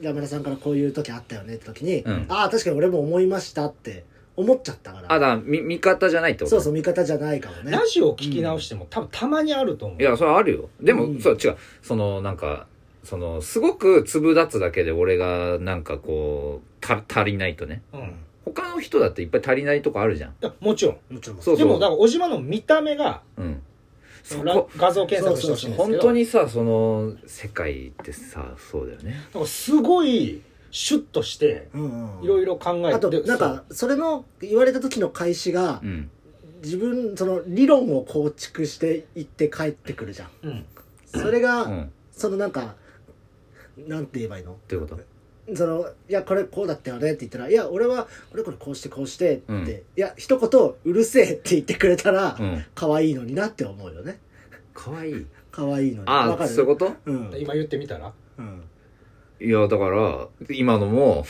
Speaker 3: 山田さんからこういう時あったよねって時に、
Speaker 1: うん
Speaker 3: ああ確かに俺も思いましたって思っちゃったから
Speaker 1: あだみ味方じゃないってこと
Speaker 3: そうそう味方じゃないかも
Speaker 2: な
Speaker 3: ね
Speaker 2: ラジオ聞き直しても多分たまにあると思う
Speaker 1: いやそれはあるよでも、
Speaker 3: うん
Speaker 1: そう違うそのなんかそのすごく粒立つだけで俺がなんかこうた足りないとね
Speaker 2: うん、い
Speaker 1: 他の人だっていっぱい足りないとこあるじゃん
Speaker 2: やもちろん
Speaker 3: もちろん
Speaker 1: そう
Speaker 2: でもだから小島の見た目が
Speaker 1: うんそ
Speaker 2: ら
Speaker 1: こ
Speaker 2: 画像検索してほしいんですけど
Speaker 1: 本当にさその世界ってさそうだよね
Speaker 2: なんかすごいシュッとして
Speaker 3: うんうん
Speaker 2: いろいろ考えて
Speaker 3: あと
Speaker 2: で
Speaker 3: なんかそれの言われた時の開始が
Speaker 1: うん
Speaker 3: 自分その理論を構築していって帰ってくるじゃん
Speaker 2: そううん
Speaker 3: それが、
Speaker 1: うん
Speaker 3: そのなんかなんて言えばいいの
Speaker 1: ということ
Speaker 3: その「いやこれこうだったよね」って言ったら「いや俺はこれこれこうしてこうして」って、
Speaker 1: うん
Speaker 3: いや一言「うるせえ」って言ってくれたら、
Speaker 1: うん
Speaker 3: 可愛いのになって思うよね
Speaker 1: かわいい
Speaker 3: 可愛いのに
Speaker 1: あ
Speaker 3: わか
Speaker 1: あ
Speaker 3: る
Speaker 1: そういうこと
Speaker 3: うん
Speaker 2: 今言ってみたら
Speaker 3: うん
Speaker 1: いやだから今のも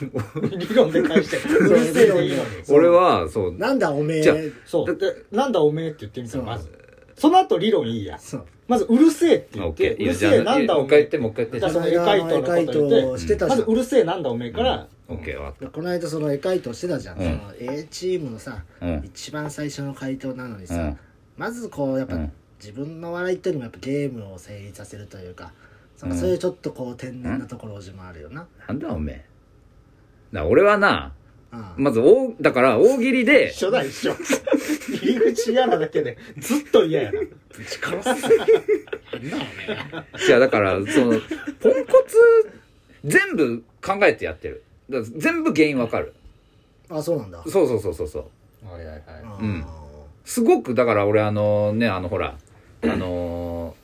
Speaker 2: 理論で返してう
Speaker 3: う
Speaker 2: る
Speaker 3: るせ
Speaker 2: せ
Speaker 3: え
Speaker 2: え
Speaker 3: よ
Speaker 2: でいいのに
Speaker 3: そう
Speaker 1: 俺はそう
Speaker 3: なんだおめ
Speaker 1: じゃあ
Speaker 3: え
Speaker 2: そうでなんだおめえって言ってみたら
Speaker 3: そう
Speaker 2: まずその後理論いいや
Speaker 3: そう
Speaker 2: まずうるせえって
Speaker 1: あ
Speaker 2: 言
Speaker 1: オ
Speaker 2: っ
Speaker 1: ッ
Speaker 2: て
Speaker 1: ケ
Speaker 2: う
Speaker 1: ーいや
Speaker 2: る
Speaker 1: じゃ
Speaker 2: せえ
Speaker 1: あ
Speaker 2: なんだお
Speaker 1: もう一回
Speaker 2: め
Speaker 1: 言っ
Speaker 2: え
Speaker 1: てもう一回言って
Speaker 2: だからその
Speaker 3: いや
Speaker 2: エカイトのこと言っ
Speaker 3: あ
Speaker 2: て
Speaker 3: のエカイトをしてたじ
Speaker 2: ま
Speaker 3: ゃん、
Speaker 2: ずうるせえなんだおめえから
Speaker 1: オッケーわかった
Speaker 3: この間その絵回答してたじゃん、
Speaker 1: うん
Speaker 3: その A チームのさ、
Speaker 1: うん
Speaker 3: 一番最初の回答なのにさ、
Speaker 1: うん
Speaker 3: まずこうやっぱ、
Speaker 1: うん
Speaker 3: 自分の笑いっていうのもやっぱゲームを成立させるというかそ,、
Speaker 1: うん
Speaker 3: そういうちょっとこう天然なところもあるよな、
Speaker 1: なんだおめえな俺はな
Speaker 3: うん
Speaker 1: まず大だから大喜利で
Speaker 2: 初代一緒入り口嫌なだけでずっと嫌やな
Speaker 3: ぶち殺す なんだおめえ
Speaker 1: いやだからそのポンコツ全部考えてやってるだから全部原因わかる
Speaker 3: あそうなんだ
Speaker 1: そうそうそうそうそう
Speaker 2: はいはいは
Speaker 1: んすごくだから俺あのねあのほらあのー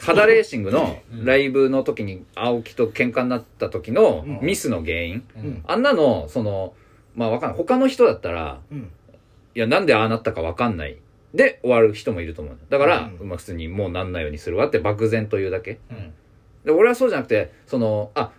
Speaker 1: 肌レーシングのライブの時に青木と喧嘩になった時の
Speaker 2: うん
Speaker 1: ミスの原因
Speaker 2: い、
Speaker 3: うん
Speaker 1: あんなのそのまあわかんない他の人だったら
Speaker 3: うん
Speaker 1: いや、なんでああなったかわかんない。で、終わる人もいると思う。だから、
Speaker 3: うん
Speaker 1: まあ普通にもうなんないようにするわって漠然と言うだけ。
Speaker 2: うん
Speaker 1: で俺はそうじゃなくてそのあ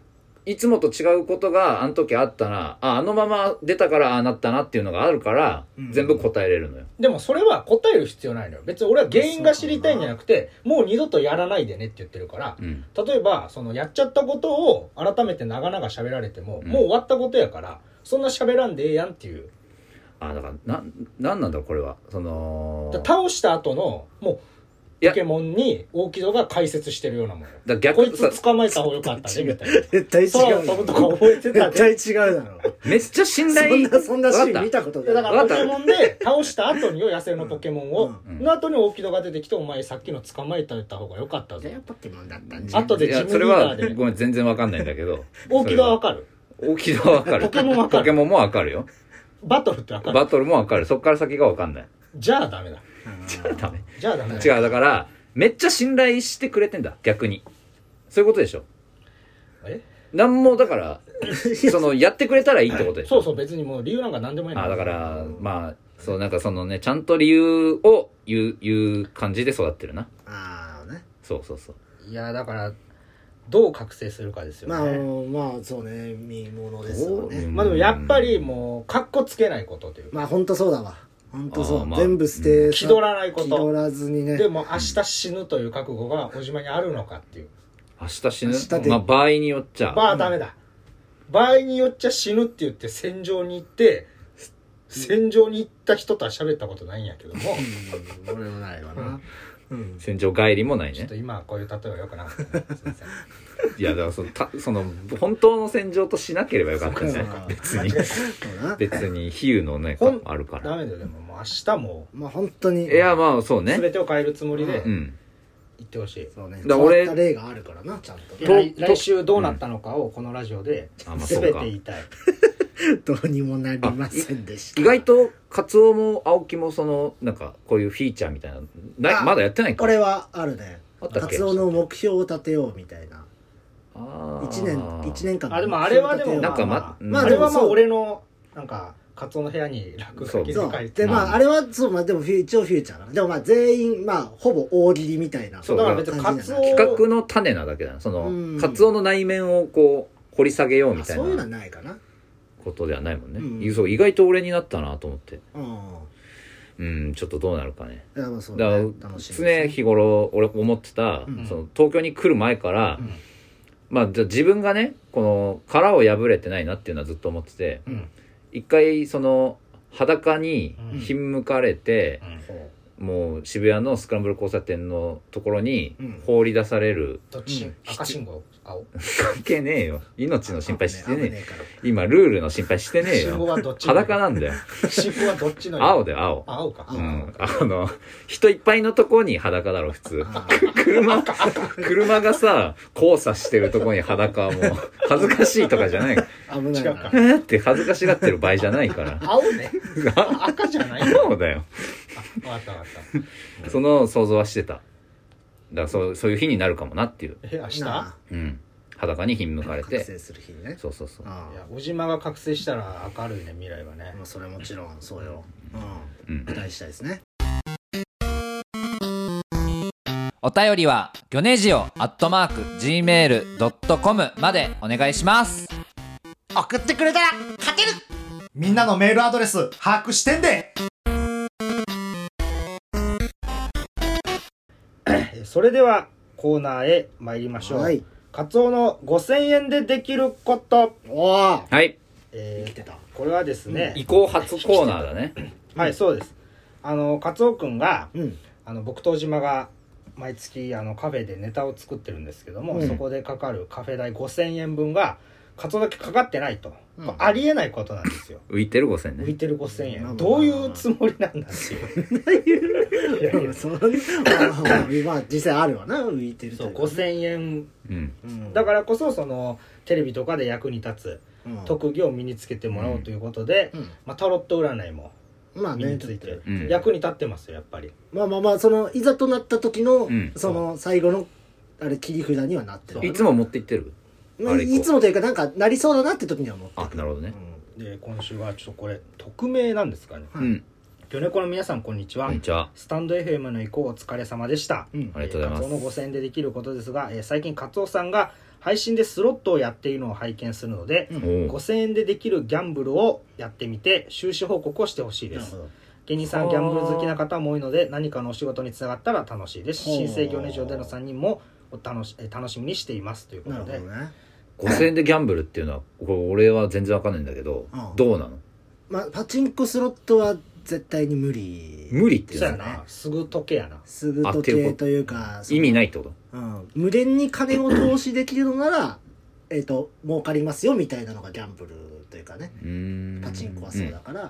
Speaker 1: いつもと違うことがあの時あったなああのまま出たからああなったなっていうのがあるから、
Speaker 2: うん
Speaker 1: 全部答えれるのよ
Speaker 2: でもそれは答える必要ないのよ別に俺は原因が知りたいんじゃなくてもう二度とやらないでねって言ってるから
Speaker 1: うん
Speaker 2: 例えばそのやっちゃったことを改めて長々喋られても、
Speaker 1: うん
Speaker 2: もう終わったことやからそんな喋らんでええやんっていう
Speaker 1: あだからななんなんだろうこれはその
Speaker 2: だ倒した後のもう
Speaker 1: いや
Speaker 2: ポケモンに大木戸が解説してるようなもんよ
Speaker 1: だ
Speaker 2: こ
Speaker 1: 逆
Speaker 2: い
Speaker 1: にさ
Speaker 2: つ捕まえた方がよかったねみたいな
Speaker 3: 絶対違
Speaker 2: 空を
Speaker 3: う
Speaker 2: 飛ぶと
Speaker 3: よ。
Speaker 2: か覚えてた
Speaker 3: 絶
Speaker 2: で
Speaker 3: 対違うだろ。
Speaker 1: めっちゃ信
Speaker 3: そん
Speaker 1: 頼
Speaker 3: な、そんな シ
Speaker 1: わかっ
Speaker 3: ーン
Speaker 1: た
Speaker 3: 見たこと
Speaker 2: いやだ
Speaker 3: ない。
Speaker 2: からポケモンで倒した後によ野生のポケモンを、
Speaker 1: うん
Speaker 2: の後に大木戸が出てきてお前さっきの捕まえた方が良かったぞ
Speaker 3: じゃあポケモンだったんじゃん。
Speaker 2: 後で
Speaker 1: い
Speaker 2: ジ
Speaker 1: や
Speaker 2: ム
Speaker 1: そ
Speaker 2: リ
Speaker 1: れ
Speaker 2: ーダ
Speaker 1: は
Speaker 2: ーで
Speaker 1: ごめん全然わかんないんだけど
Speaker 2: 大木戸はわかる
Speaker 1: 大き戸はわかる
Speaker 2: ポケモンわかる
Speaker 1: ポケモンもわかるよ
Speaker 2: バトルってわか
Speaker 1: バ
Speaker 2: る
Speaker 1: トルもわかるそっから先がわかんない
Speaker 2: じゃあダメだ
Speaker 1: ダメ
Speaker 2: じゃあダメだ
Speaker 1: 違うだからめっちゃ信頼してくれてんだ逆にそういうことでしょ
Speaker 2: え
Speaker 1: なんもだから そのやってくれたらいいってことでしょ
Speaker 2: そうそう別にもう理由なんか何でもいいの
Speaker 1: あだからまあそうなんかそのねちゃんと理由を言う言う感じで育ってるな
Speaker 3: ああね。
Speaker 1: そうそうそう
Speaker 2: いやだからどう覚醒するかですよね、
Speaker 3: まあ
Speaker 2: まあ、
Speaker 3: まあそうね見物ですよ
Speaker 1: おー
Speaker 3: ね。
Speaker 2: でもやっぱりもうかっこつけないことというか
Speaker 3: まあ本当そうだわ。本当そ
Speaker 1: あー
Speaker 3: う。
Speaker 1: まあ
Speaker 3: 全部捨てさ
Speaker 2: 気取らないこ
Speaker 3: 気取
Speaker 2: と
Speaker 3: らずにね。
Speaker 2: でも明日死ぬという覚悟が小島にあるのかっていう
Speaker 1: 明日死
Speaker 3: 明日
Speaker 1: ぬ
Speaker 3: で
Speaker 1: まあ場合によっちゃ
Speaker 2: まあダメだ場合によっちゃ死ぬって言って戦場に行って戦場に行った人とは喋ったことないんやけども
Speaker 3: うん俺もないわな。うん。
Speaker 1: 戦場帰りもない
Speaker 2: ちょっ
Speaker 1: ね
Speaker 2: と今はこういう例えはよくなかった ねすいません
Speaker 1: いやだからそのたその本当の戦場としなければよかったんじゃないか別に
Speaker 3: そうな。
Speaker 1: 別に比喩のね
Speaker 2: ほん
Speaker 1: あるから
Speaker 2: ダメだよでももう明日も
Speaker 3: まあ本当に。
Speaker 1: いやまあそうね
Speaker 2: 全てを変えるつもりで
Speaker 1: うん
Speaker 2: 行ってほしい、
Speaker 3: そうね。
Speaker 1: だから俺
Speaker 3: 変わった例があるからなちゃんとね。
Speaker 1: と
Speaker 2: 来来週どうなったのかをこのラジオで
Speaker 1: あまあそ
Speaker 2: 全
Speaker 1: う
Speaker 2: て
Speaker 1: か
Speaker 2: 言いたい、
Speaker 3: どうにもなりませんでした。
Speaker 1: 意外とカツオも青木もそのなんかこういうフィーチャーみたいなのな
Speaker 3: あ
Speaker 1: まだやってないか
Speaker 3: これはあるね。
Speaker 1: あったっ
Speaker 3: カ
Speaker 1: け
Speaker 3: ツオの目標を立てようみたいな。
Speaker 1: あー
Speaker 3: 一年一年間の
Speaker 2: あでもあれは
Speaker 3: 目
Speaker 2: で
Speaker 3: 標
Speaker 2: も
Speaker 3: を
Speaker 1: な
Speaker 3: 立
Speaker 1: んか
Speaker 3: てよう
Speaker 1: ま
Speaker 2: あ
Speaker 1: うん
Speaker 2: あれはまあ
Speaker 3: そう
Speaker 2: 俺のなんかカツオの部屋に落書きで書
Speaker 3: そう
Speaker 2: いて
Speaker 3: で
Speaker 1: まあ
Speaker 3: まああれはそうまあでもフュ一応フューチャーだなでもまあ全員まあほぼ大喜利みたいな
Speaker 1: そう
Speaker 2: だから別にカツオ
Speaker 1: 企画の種なだけだなそうの
Speaker 3: ん
Speaker 1: カツオの内面をこう掘り下げようみ
Speaker 3: あ
Speaker 1: た
Speaker 3: そういう
Speaker 1: い
Speaker 3: のは
Speaker 1: な
Speaker 3: ないかな
Speaker 1: ことではないもんね、
Speaker 3: うん
Speaker 1: そう意外と俺になったなと思って
Speaker 3: うん
Speaker 1: うんちょっとどうなるかね
Speaker 3: いやまあそう
Speaker 1: だから
Speaker 3: ね楽しみ
Speaker 1: 常日頃俺思ってた、
Speaker 3: うん
Speaker 1: その東京に来る前から、
Speaker 2: うん
Speaker 1: まあじゃあ自分がねこの殻を破れてないなっていうのはずっと思ってて
Speaker 2: うん
Speaker 1: 一回その裸に
Speaker 2: うん
Speaker 1: ひんむかれて
Speaker 2: う、ん
Speaker 1: もう渋谷のスクランブル交差点のところに
Speaker 3: うん
Speaker 1: 放り出される、
Speaker 2: どっち、
Speaker 3: うん
Speaker 2: 赤信号青
Speaker 1: 関係ねえよ命の心配してねえ
Speaker 3: 危えから
Speaker 1: 今ルールの心配してねえ
Speaker 2: 信号
Speaker 1: よ
Speaker 2: はどっち
Speaker 1: 裸なんだよ
Speaker 2: 信号はどっちの
Speaker 1: 青だよ青
Speaker 2: あ青か、
Speaker 1: う
Speaker 3: うん
Speaker 1: ん、あの人いっぱいのとこに裸だろ普通
Speaker 3: あ
Speaker 1: 車車がさ交差してるとこに裸はも う恥ずかしいとかじゃない
Speaker 3: あ危ない
Speaker 2: 違
Speaker 3: な
Speaker 2: うか
Speaker 1: えーって恥ずかしがってる場合じゃないから
Speaker 2: 青ねあ赤じゃないの
Speaker 1: そうだよ
Speaker 2: あわかったわかった
Speaker 1: その想像はしてただからそうそういう日になるかもなっていう、
Speaker 2: え明日い
Speaker 3: な
Speaker 2: や
Speaker 1: うん、裸にひんむか
Speaker 3: あ
Speaker 1: れ
Speaker 3: 覚
Speaker 1: て
Speaker 3: 醒する日ね
Speaker 1: そうそうそう
Speaker 3: ああ
Speaker 2: 小島が覚醒したら明るいね未来はね
Speaker 3: まあそれはもちろんそうようん
Speaker 1: うん
Speaker 3: 期待したいですね
Speaker 4: お便りは、ギョネジオアットマーク、gmail.com までお願いします。
Speaker 5: 送ってくれたら勝てるみんなのメールアドレス把握してんで
Speaker 2: えそれではコーナーへ参りましょう、
Speaker 3: はい
Speaker 2: カツオの5000円でできること、
Speaker 3: おー
Speaker 1: はい
Speaker 2: えー
Speaker 3: 生きてた
Speaker 2: これはですね、
Speaker 1: 移行初コーナーだね
Speaker 2: はいそうですあのカツオくんが
Speaker 3: うん
Speaker 2: あの僕と小島が毎月あのカフェでネタを作ってるんですけども、
Speaker 3: うん
Speaker 2: そこでかかるカフェ代5000円分がカツオだけかかってないと、
Speaker 3: うん
Speaker 2: これありえないことなんですよ
Speaker 1: 浮いてる5000
Speaker 2: 浮い
Speaker 1: ね
Speaker 2: てる5000
Speaker 3: まあまあま
Speaker 2: 円
Speaker 3: あ
Speaker 2: どういうつもりなんだっていういやいや
Speaker 3: そんなまあ実際あるわな浮いてる
Speaker 2: そう5000円
Speaker 1: うん
Speaker 3: 円
Speaker 2: だ
Speaker 3: ら
Speaker 2: からこそそのテレビとかで役に立つ特技を身につけてもらおうということで、まあ、タロット占いも
Speaker 3: まあ
Speaker 2: 身
Speaker 3: ね
Speaker 2: について、
Speaker 1: うん
Speaker 2: 役に立ってますよやっぱり
Speaker 3: まあまあまあそのいざとなった時の、
Speaker 1: うん
Speaker 3: その最後のあれ切り札にはなってる
Speaker 1: いつも持って行ってる
Speaker 3: まあ
Speaker 1: あれ以降
Speaker 3: いつもというかなんかなりそうだなって時には思って
Speaker 1: あなるほどね
Speaker 2: で今週はちょっとこれ匿名なんですかね
Speaker 1: うん
Speaker 2: 魚猫の皆さんこんにちは、
Speaker 1: こんにちは
Speaker 2: スタンド FM の移行お疲れ様でした、
Speaker 3: うん
Speaker 1: ありがとうございます
Speaker 2: えーカツオのご声援でできることですが、えー最近カツオさんが配信でスロットをやっているのを拝見するので、
Speaker 1: うん
Speaker 2: 5000円でできるギャンブルをやってみて収支報告をしてほしいで
Speaker 3: なるほ
Speaker 2: す
Speaker 3: ど
Speaker 2: 芸人さんギャンブル好きな方も多いので何かのお仕事につながったら楽しいです
Speaker 3: ほう
Speaker 2: 新生魚ネジオでの3人もお楽しえー楽しみにしていますというこ
Speaker 3: なる
Speaker 2: と
Speaker 3: ほ
Speaker 2: で
Speaker 3: どね
Speaker 1: 5000円でギャンブルっていうのはこれ俺は全然わかんないんだけど、
Speaker 3: うん
Speaker 1: どうなの
Speaker 3: まあパチンコスロットは絶対に無理
Speaker 1: 無理ってい
Speaker 2: そうう
Speaker 1: の
Speaker 2: や
Speaker 1: は
Speaker 2: なすぐ時計やな
Speaker 3: すぐ
Speaker 1: あっ
Speaker 3: 時
Speaker 1: ていうこ
Speaker 3: 計
Speaker 1: と
Speaker 3: というかその
Speaker 1: 意味ないってこと
Speaker 3: うん、無限に金を投資できるのなら、えっと儲かりますよみたいなのがギャンブルというかね
Speaker 1: うーん
Speaker 3: パチンコはそうだから、
Speaker 1: うん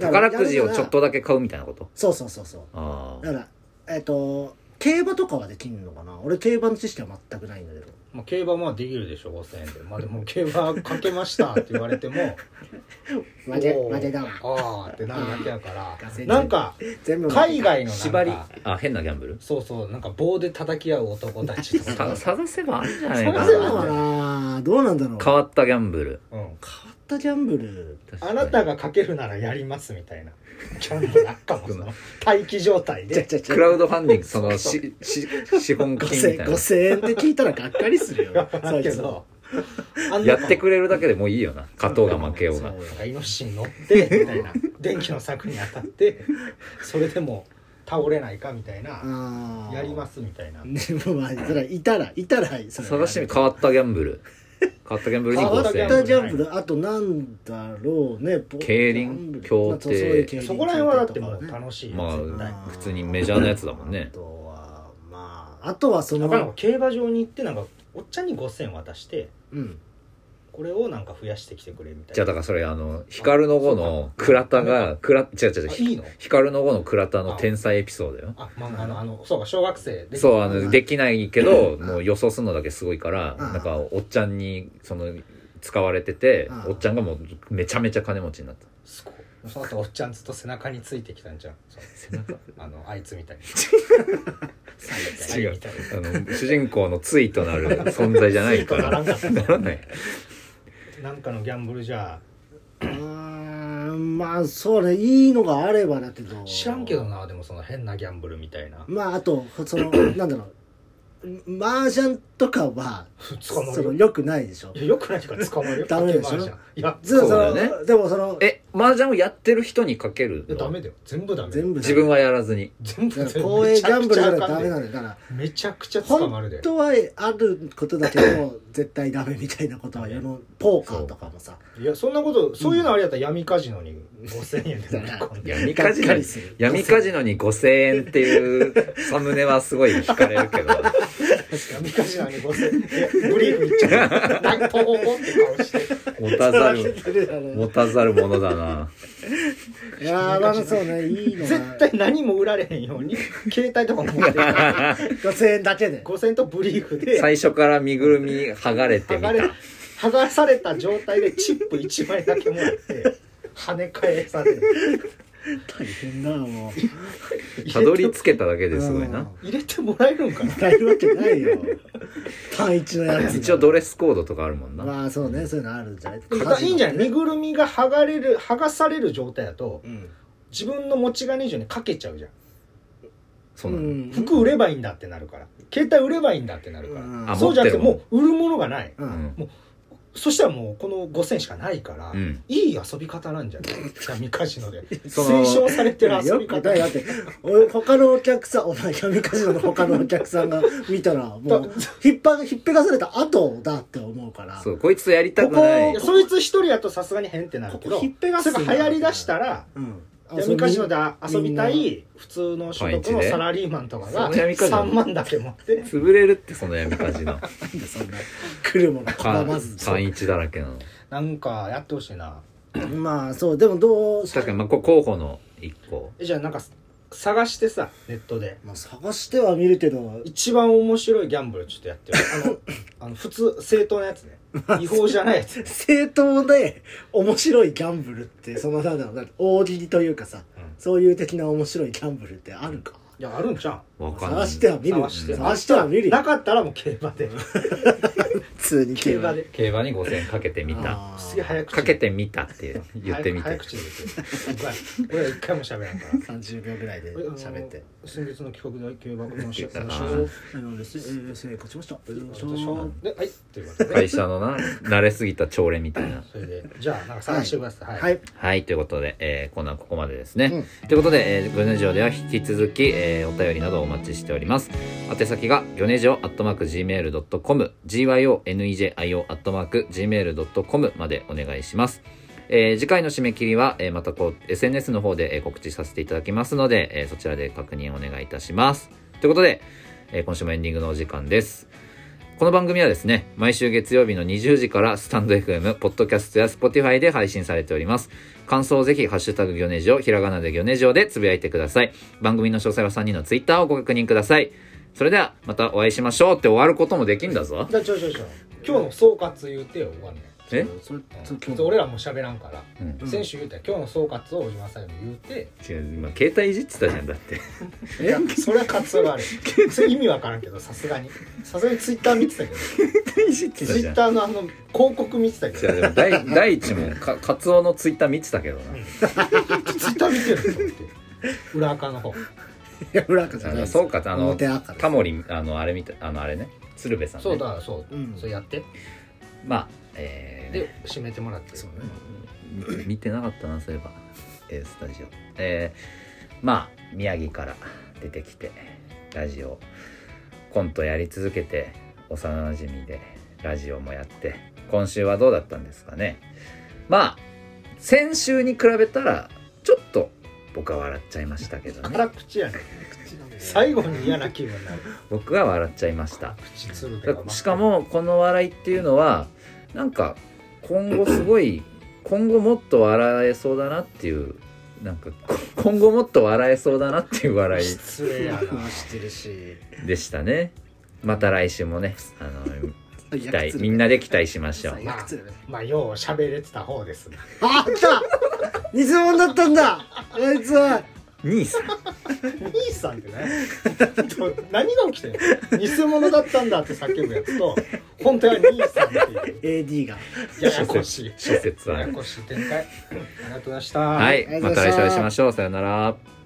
Speaker 1: 宝くじをちょっ
Speaker 3: やるなら
Speaker 1: とだけ買うみたいなこと
Speaker 3: そうそうそうそう
Speaker 1: ああ
Speaker 3: だからえっ、と競馬とかはできんのかな俺競馬の知識は全くないんだけど
Speaker 2: まあ、競馬もできるでしょ5000円でまあでも競馬かけましたって言われても
Speaker 3: マジ
Speaker 2: おー
Speaker 3: マジだわ
Speaker 2: ああってなるだけやか
Speaker 3: ガセ
Speaker 2: らなんか
Speaker 3: 全部
Speaker 2: 海外のなんか
Speaker 1: 縛りあ変なギャンブル
Speaker 2: そうそうなんか棒で叩き合う男たちと か、
Speaker 1: さ探せばあるんじゃない
Speaker 3: な
Speaker 1: か
Speaker 3: ん
Speaker 1: な
Speaker 3: でなのかなどうなんだろう
Speaker 1: 変
Speaker 3: 変わ
Speaker 1: わったギャンブル
Speaker 2: う
Speaker 3: っ
Speaker 2: ん、
Speaker 3: たギャンブル
Speaker 2: あなたがかけるならやりますみ たいなキャンプなんかもその待機状態
Speaker 3: ちゃ
Speaker 2: で
Speaker 3: ちゃちゃ
Speaker 1: クラウドファンディングそのしし資本金みたいな
Speaker 3: 5000円って聞いたらがっかりするよ
Speaker 2: だけどあんな
Speaker 1: やってくれるだけでもういいよな勝とうが負けようが
Speaker 2: なんかイノシシに乗ってみたいな電気の柵に当たってそれでも倒れないかみたいな
Speaker 3: ああ
Speaker 2: やりますすみたいな
Speaker 3: でもまあそれはいたらいたらはいそれは
Speaker 1: 探してみ変わったギャン ブル変わったギャンブルに
Speaker 3: 変わった
Speaker 1: 5000
Speaker 3: ギ
Speaker 1: 円
Speaker 3: ャンブルあとなんだろうねぼ
Speaker 1: 競輪
Speaker 3: ギャンブル
Speaker 1: 競艇
Speaker 3: まあそういう競輪
Speaker 2: そこら辺はだってもう楽しいよ、
Speaker 1: まあ
Speaker 2: 絶対
Speaker 1: うん普通にメジャーなやつだもんね
Speaker 3: あとはまああとはそ
Speaker 2: だから
Speaker 3: の
Speaker 2: 競馬場に行ってなんかおっちゃんに5000渡して
Speaker 3: うん
Speaker 2: これをなんか増やしてきてくれみたいな
Speaker 1: じゃあだからそれあの光の碁の倉田が倉違う違う
Speaker 2: あ
Speaker 1: 違う
Speaker 2: いいの
Speaker 1: 光の碁の倉田の天才エピソードよ
Speaker 2: あ漫画のあのそうか小学生で
Speaker 1: そう
Speaker 2: う
Speaker 1: あ
Speaker 3: うん
Speaker 1: のできないけどもう予想するのだけすごいから
Speaker 3: うん
Speaker 1: なんかおっちゃんにその使われてて
Speaker 3: うん
Speaker 1: おっちゃんがもうめちゃめちゃ金持ちになった
Speaker 2: すごいその後おっちゃんずっと背中についてきたんじゃんそう
Speaker 1: 背中
Speaker 2: あのあいつ みたいに
Speaker 1: 違
Speaker 2: 違
Speaker 1: う
Speaker 2: みたいな
Speaker 1: あの主人公のついとなる存在じゃないか
Speaker 2: なら
Speaker 1: ら
Speaker 2: んかった
Speaker 1: ならない
Speaker 2: なんかのギャンブルじゃ
Speaker 3: うーんまあそうねいいのがあればだけど
Speaker 2: 知らんけどなでもその変なギャンブルみたいな
Speaker 3: まああとそのなんだろう麻雀とかは
Speaker 2: 捕ま
Speaker 3: そ
Speaker 2: る
Speaker 3: の
Speaker 2: よ
Speaker 3: よくないでしょ
Speaker 2: いやよくないから捕まるよ
Speaker 3: ダメでしょ
Speaker 2: 賭け麻雀いや
Speaker 3: ず
Speaker 1: そうだよね
Speaker 3: そのでもその
Speaker 1: え麻雀をやってる人にかける
Speaker 2: いやダメ
Speaker 1: の
Speaker 2: だよ全部ダメだよ
Speaker 3: 全部
Speaker 1: 自分はやらずに
Speaker 2: 全部
Speaker 3: だ
Speaker 2: 全
Speaker 3: から
Speaker 2: 部
Speaker 3: 公営ギャンブルじゃな
Speaker 2: めちゃくちゃあ
Speaker 3: い
Speaker 2: か
Speaker 3: ダ
Speaker 2: ん
Speaker 3: メ
Speaker 2: で
Speaker 3: なのよだから
Speaker 2: めちゃくちゃ捕まる
Speaker 3: 本
Speaker 2: で
Speaker 3: 当はあることだけど絶対ダメみたいなことは世のポーカーとかもさ
Speaker 2: いやそんなことそういうのあれやったら闇カジノに5000円で乗り込んで
Speaker 1: 闇
Speaker 3: が
Speaker 1: カ
Speaker 3: っ
Speaker 1: ジ
Speaker 3: か
Speaker 1: ノ
Speaker 3: り
Speaker 1: に
Speaker 3: する
Speaker 1: 闇カジノに5000円っていうサムネはすごい惹かれるけど
Speaker 2: 闇カジノに5000円ブリーフいっち ゃう大東方って顔して
Speaker 1: 持たざる
Speaker 3: い
Speaker 1: 持たざるものだな
Speaker 3: やーまあそうねいいの
Speaker 2: 絶
Speaker 3: が
Speaker 2: 対何も売られへんよ うに携帯とかも持っていかない
Speaker 3: 5000円だけで
Speaker 2: 5000円とブリーフで
Speaker 1: 最初から身ぐるみ剥がれて
Speaker 2: 剥
Speaker 1: み
Speaker 2: が
Speaker 1: た
Speaker 2: れ剥がされた状態でチップ1枚だけも らって跳ね返される
Speaker 3: 大変だなもう
Speaker 1: たどり着けただけですごいな
Speaker 2: 入れてもらえるんかな
Speaker 3: 買えるわけないよ単一のやつ
Speaker 1: 一応ドレスコードとかあるもんな、
Speaker 3: まあそうねそういうのあるんじゃない
Speaker 2: いいんじゃないい身ぐるみが剥がれる剥がされる状態だと
Speaker 3: うん
Speaker 2: 自分の持ち金以上にかけちゃうじゃん
Speaker 1: そうなの、
Speaker 2: 服売ればいいんだってなるから携帯売ればいいんだってなるか
Speaker 3: うん
Speaker 1: あ
Speaker 2: らそうじゃなくて
Speaker 1: 持って
Speaker 2: も
Speaker 1: る
Speaker 2: う売るものがないう
Speaker 1: うんん
Speaker 2: そしたらもうこの5000しかないから
Speaker 1: うん
Speaker 2: いい遊び方なんじゃ ない闇カジノで
Speaker 1: その
Speaker 2: 推奨されてる遊
Speaker 3: よ
Speaker 2: び
Speaker 3: く
Speaker 2: 方
Speaker 3: ないだって俺他のお客さんお前闇カジノの他のお客さんが見たらもう引っ張引っぺがされた後だって思うから
Speaker 1: そうこいつとやりたく
Speaker 3: こ
Speaker 1: ない
Speaker 2: いやそいつ一人やとさすがに変ってなるけど
Speaker 3: ここひっぺがす
Speaker 2: そ
Speaker 3: ん
Speaker 2: れ
Speaker 3: だ
Speaker 2: が流行りだしたら
Speaker 3: うんあ
Speaker 2: 闇カジノで
Speaker 3: そ
Speaker 2: 遊
Speaker 3: うみ
Speaker 2: び
Speaker 3: んな
Speaker 2: たい普通の所得のサラリーマンとか
Speaker 1: そ
Speaker 2: が
Speaker 1: の闇カジノ
Speaker 2: 3万だけ持って
Speaker 1: 潰れるってその闇カジノ
Speaker 3: なんでそんな来るもの
Speaker 1: 単
Speaker 3: 拒まず
Speaker 1: 単一だらけなの
Speaker 2: なんかやってほしいな
Speaker 3: まあそうでもどう
Speaker 1: 確かにまあこう候補の一個
Speaker 2: えじゃあなんか探してさネットで
Speaker 3: まあ探しては見るけど
Speaker 2: 一番面白いギャンブルちょっとやってるあのあの普通正当なやつ ね違法じゃないやつ
Speaker 3: 正当で面白いギャンブルってそのなんだろうな大喜利というかさ、
Speaker 2: うん
Speaker 3: そういう的な面白いギャンブルってあるか
Speaker 2: いやあるんじゃん
Speaker 1: わかんな
Speaker 3: 探
Speaker 1: い
Speaker 3: しては見る
Speaker 2: 探して
Speaker 3: 探しては見るよ
Speaker 2: なかったらもう競馬で
Speaker 3: 普通に
Speaker 2: 競 馬で
Speaker 1: 競馬に5000かけてみた
Speaker 3: あー
Speaker 2: すげえ早口
Speaker 1: かけてみたって言ってみ
Speaker 2: 早
Speaker 1: て
Speaker 2: 口で言って俺俺は一回も喋らん から
Speaker 3: 30秒ぐらいで喋って
Speaker 2: あの先月の企画で競馬の話をし
Speaker 1: 言ってた
Speaker 2: よう
Speaker 3: 「あのですえーすいません勝ちました」
Speaker 2: ではいということで、
Speaker 1: 会社のな慣れすぎた朝礼みたいな
Speaker 2: それでじゃあなんか探してください、
Speaker 3: はい
Speaker 1: はい、ということで、えー、コーナーここまでですね。
Speaker 3: うん
Speaker 1: ということで、えー、ギョネジオでは引き続き、えー、お便りなどお待ちしております。宛先が、ギョネジオアットマーク Gmail.com、gyonejio アットマーク Gmail.com までお願いします。えー、次回の締め切りは、えー、またこう、SNS の方で、えー、告知させていただきますので、えー、そちらで確認お願いいたします。ということで、えー、今週もエンディングのお時間です。この番組はですね、毎週月曜日の20時からスタンド FM、ポッドキャストや Spotify で配信されております。感想をぜひ、ハッシュタグギョネジオ、ひらがなでギョネジオでつぶやいてください。番組の詳細は3人の Twitter をご確認ください。それでは、またお会いしましょうって終わることもできんだぞ。
Speaker 2: じゃあちょいちょいちょい今日の総括言ってよ終わんね
Speaker 1: え
Speaker 3: それそれ今
Speaker 2: 俺らもう喋らんから、
Speaker 1: うん
Speaker 2: 選手言うたら今日の総括を小島さんに言うて
Speaker 1: 違う、今、携帯いじってたじゃん、だって。
Speaker 2: いやそれは活動があるそれ意味わからんけどさすがにさすがにツイッター見てたけど
Speaker 1: 携帯いじって
Speaker 2: ツイッターのあの広告見てたけど
Speaker 1: じゃん。違う、でも、第第一も、か、カツオの Twitter 見てたけどな。
Speaker 2: ツイッター見てると思って裏垢の方
Speaker 3: 日いや裏垢じゃ
Speaker 1: あの
Speaker 3: ないです
Speaker 1: そうか、あの、
Speaker 3: 表赤です
Speaker 1: タモリン、あの、あれみたい、あの、あれね、鶴瓶さん、ね。
Speaker 2: そうだ。からそう、
Speaker 3: うん
Speaker 2: そうやって
Speaker 1: まあ、えー、ね
Speaker 2: で締めてもらって
Speaker 3: そうね
Speaker 1: 見見てなかったなそういえば、えースタジオえーまあ宮城から出てきてラジオコントやり続けて幼なじみでラジオもやって今週はどうだったんですかねまあ先週に比べたらちょっと僕は笑っちゃいましたけどね
Speaker 2: 辛口やね最後に嫌な気分になる
Speaker 1: 僕は笑っちゃいました
Speaker 2: 口つるべ
Speaker 1: だ
Speaker 2: が
Speaker 1: しかもこの笑いっていうのはなんか今後すごい今後もっと笑えそうだなっていうなんかこ今後もっと笑えそうだなっていう笑い
Speaker 2: 失礼やな
Speaker 3: うん知ってるし
Speaker 1: でしたねまた来週もねあの期
Speaker 3: い
Speaker 1: 待みんなで期待しましょう
Speaker 3: 最悪つるべ
Speaker 2: まあよう喋れてた方です な
Speaker 3: ああった偽物だったんだあいつは
Speaker 1: 兄さん
Speaker 2: 兄さんってねと何が起きてんの偽物だったんだって叫ぶやつと本当は兄さんっていう
Speaker 3: AD が
Speaker 2: やや こしい
Speaker 1: 諸説
Speaker 2: や
Speaker 1: は
Speaker 2: やこしい展開ありがとうございました
Speaker 1: はい
Speaker 3: ありがとう
Speaker 1: ま
Speaker 3: ご
Speaker 1: た
Speaker 3: ざい
Speaker 1: 来
Speaker 3: まし
Speaker 1: 週
Speaker 3: た
Speaker 1: お会いしましょうさよなら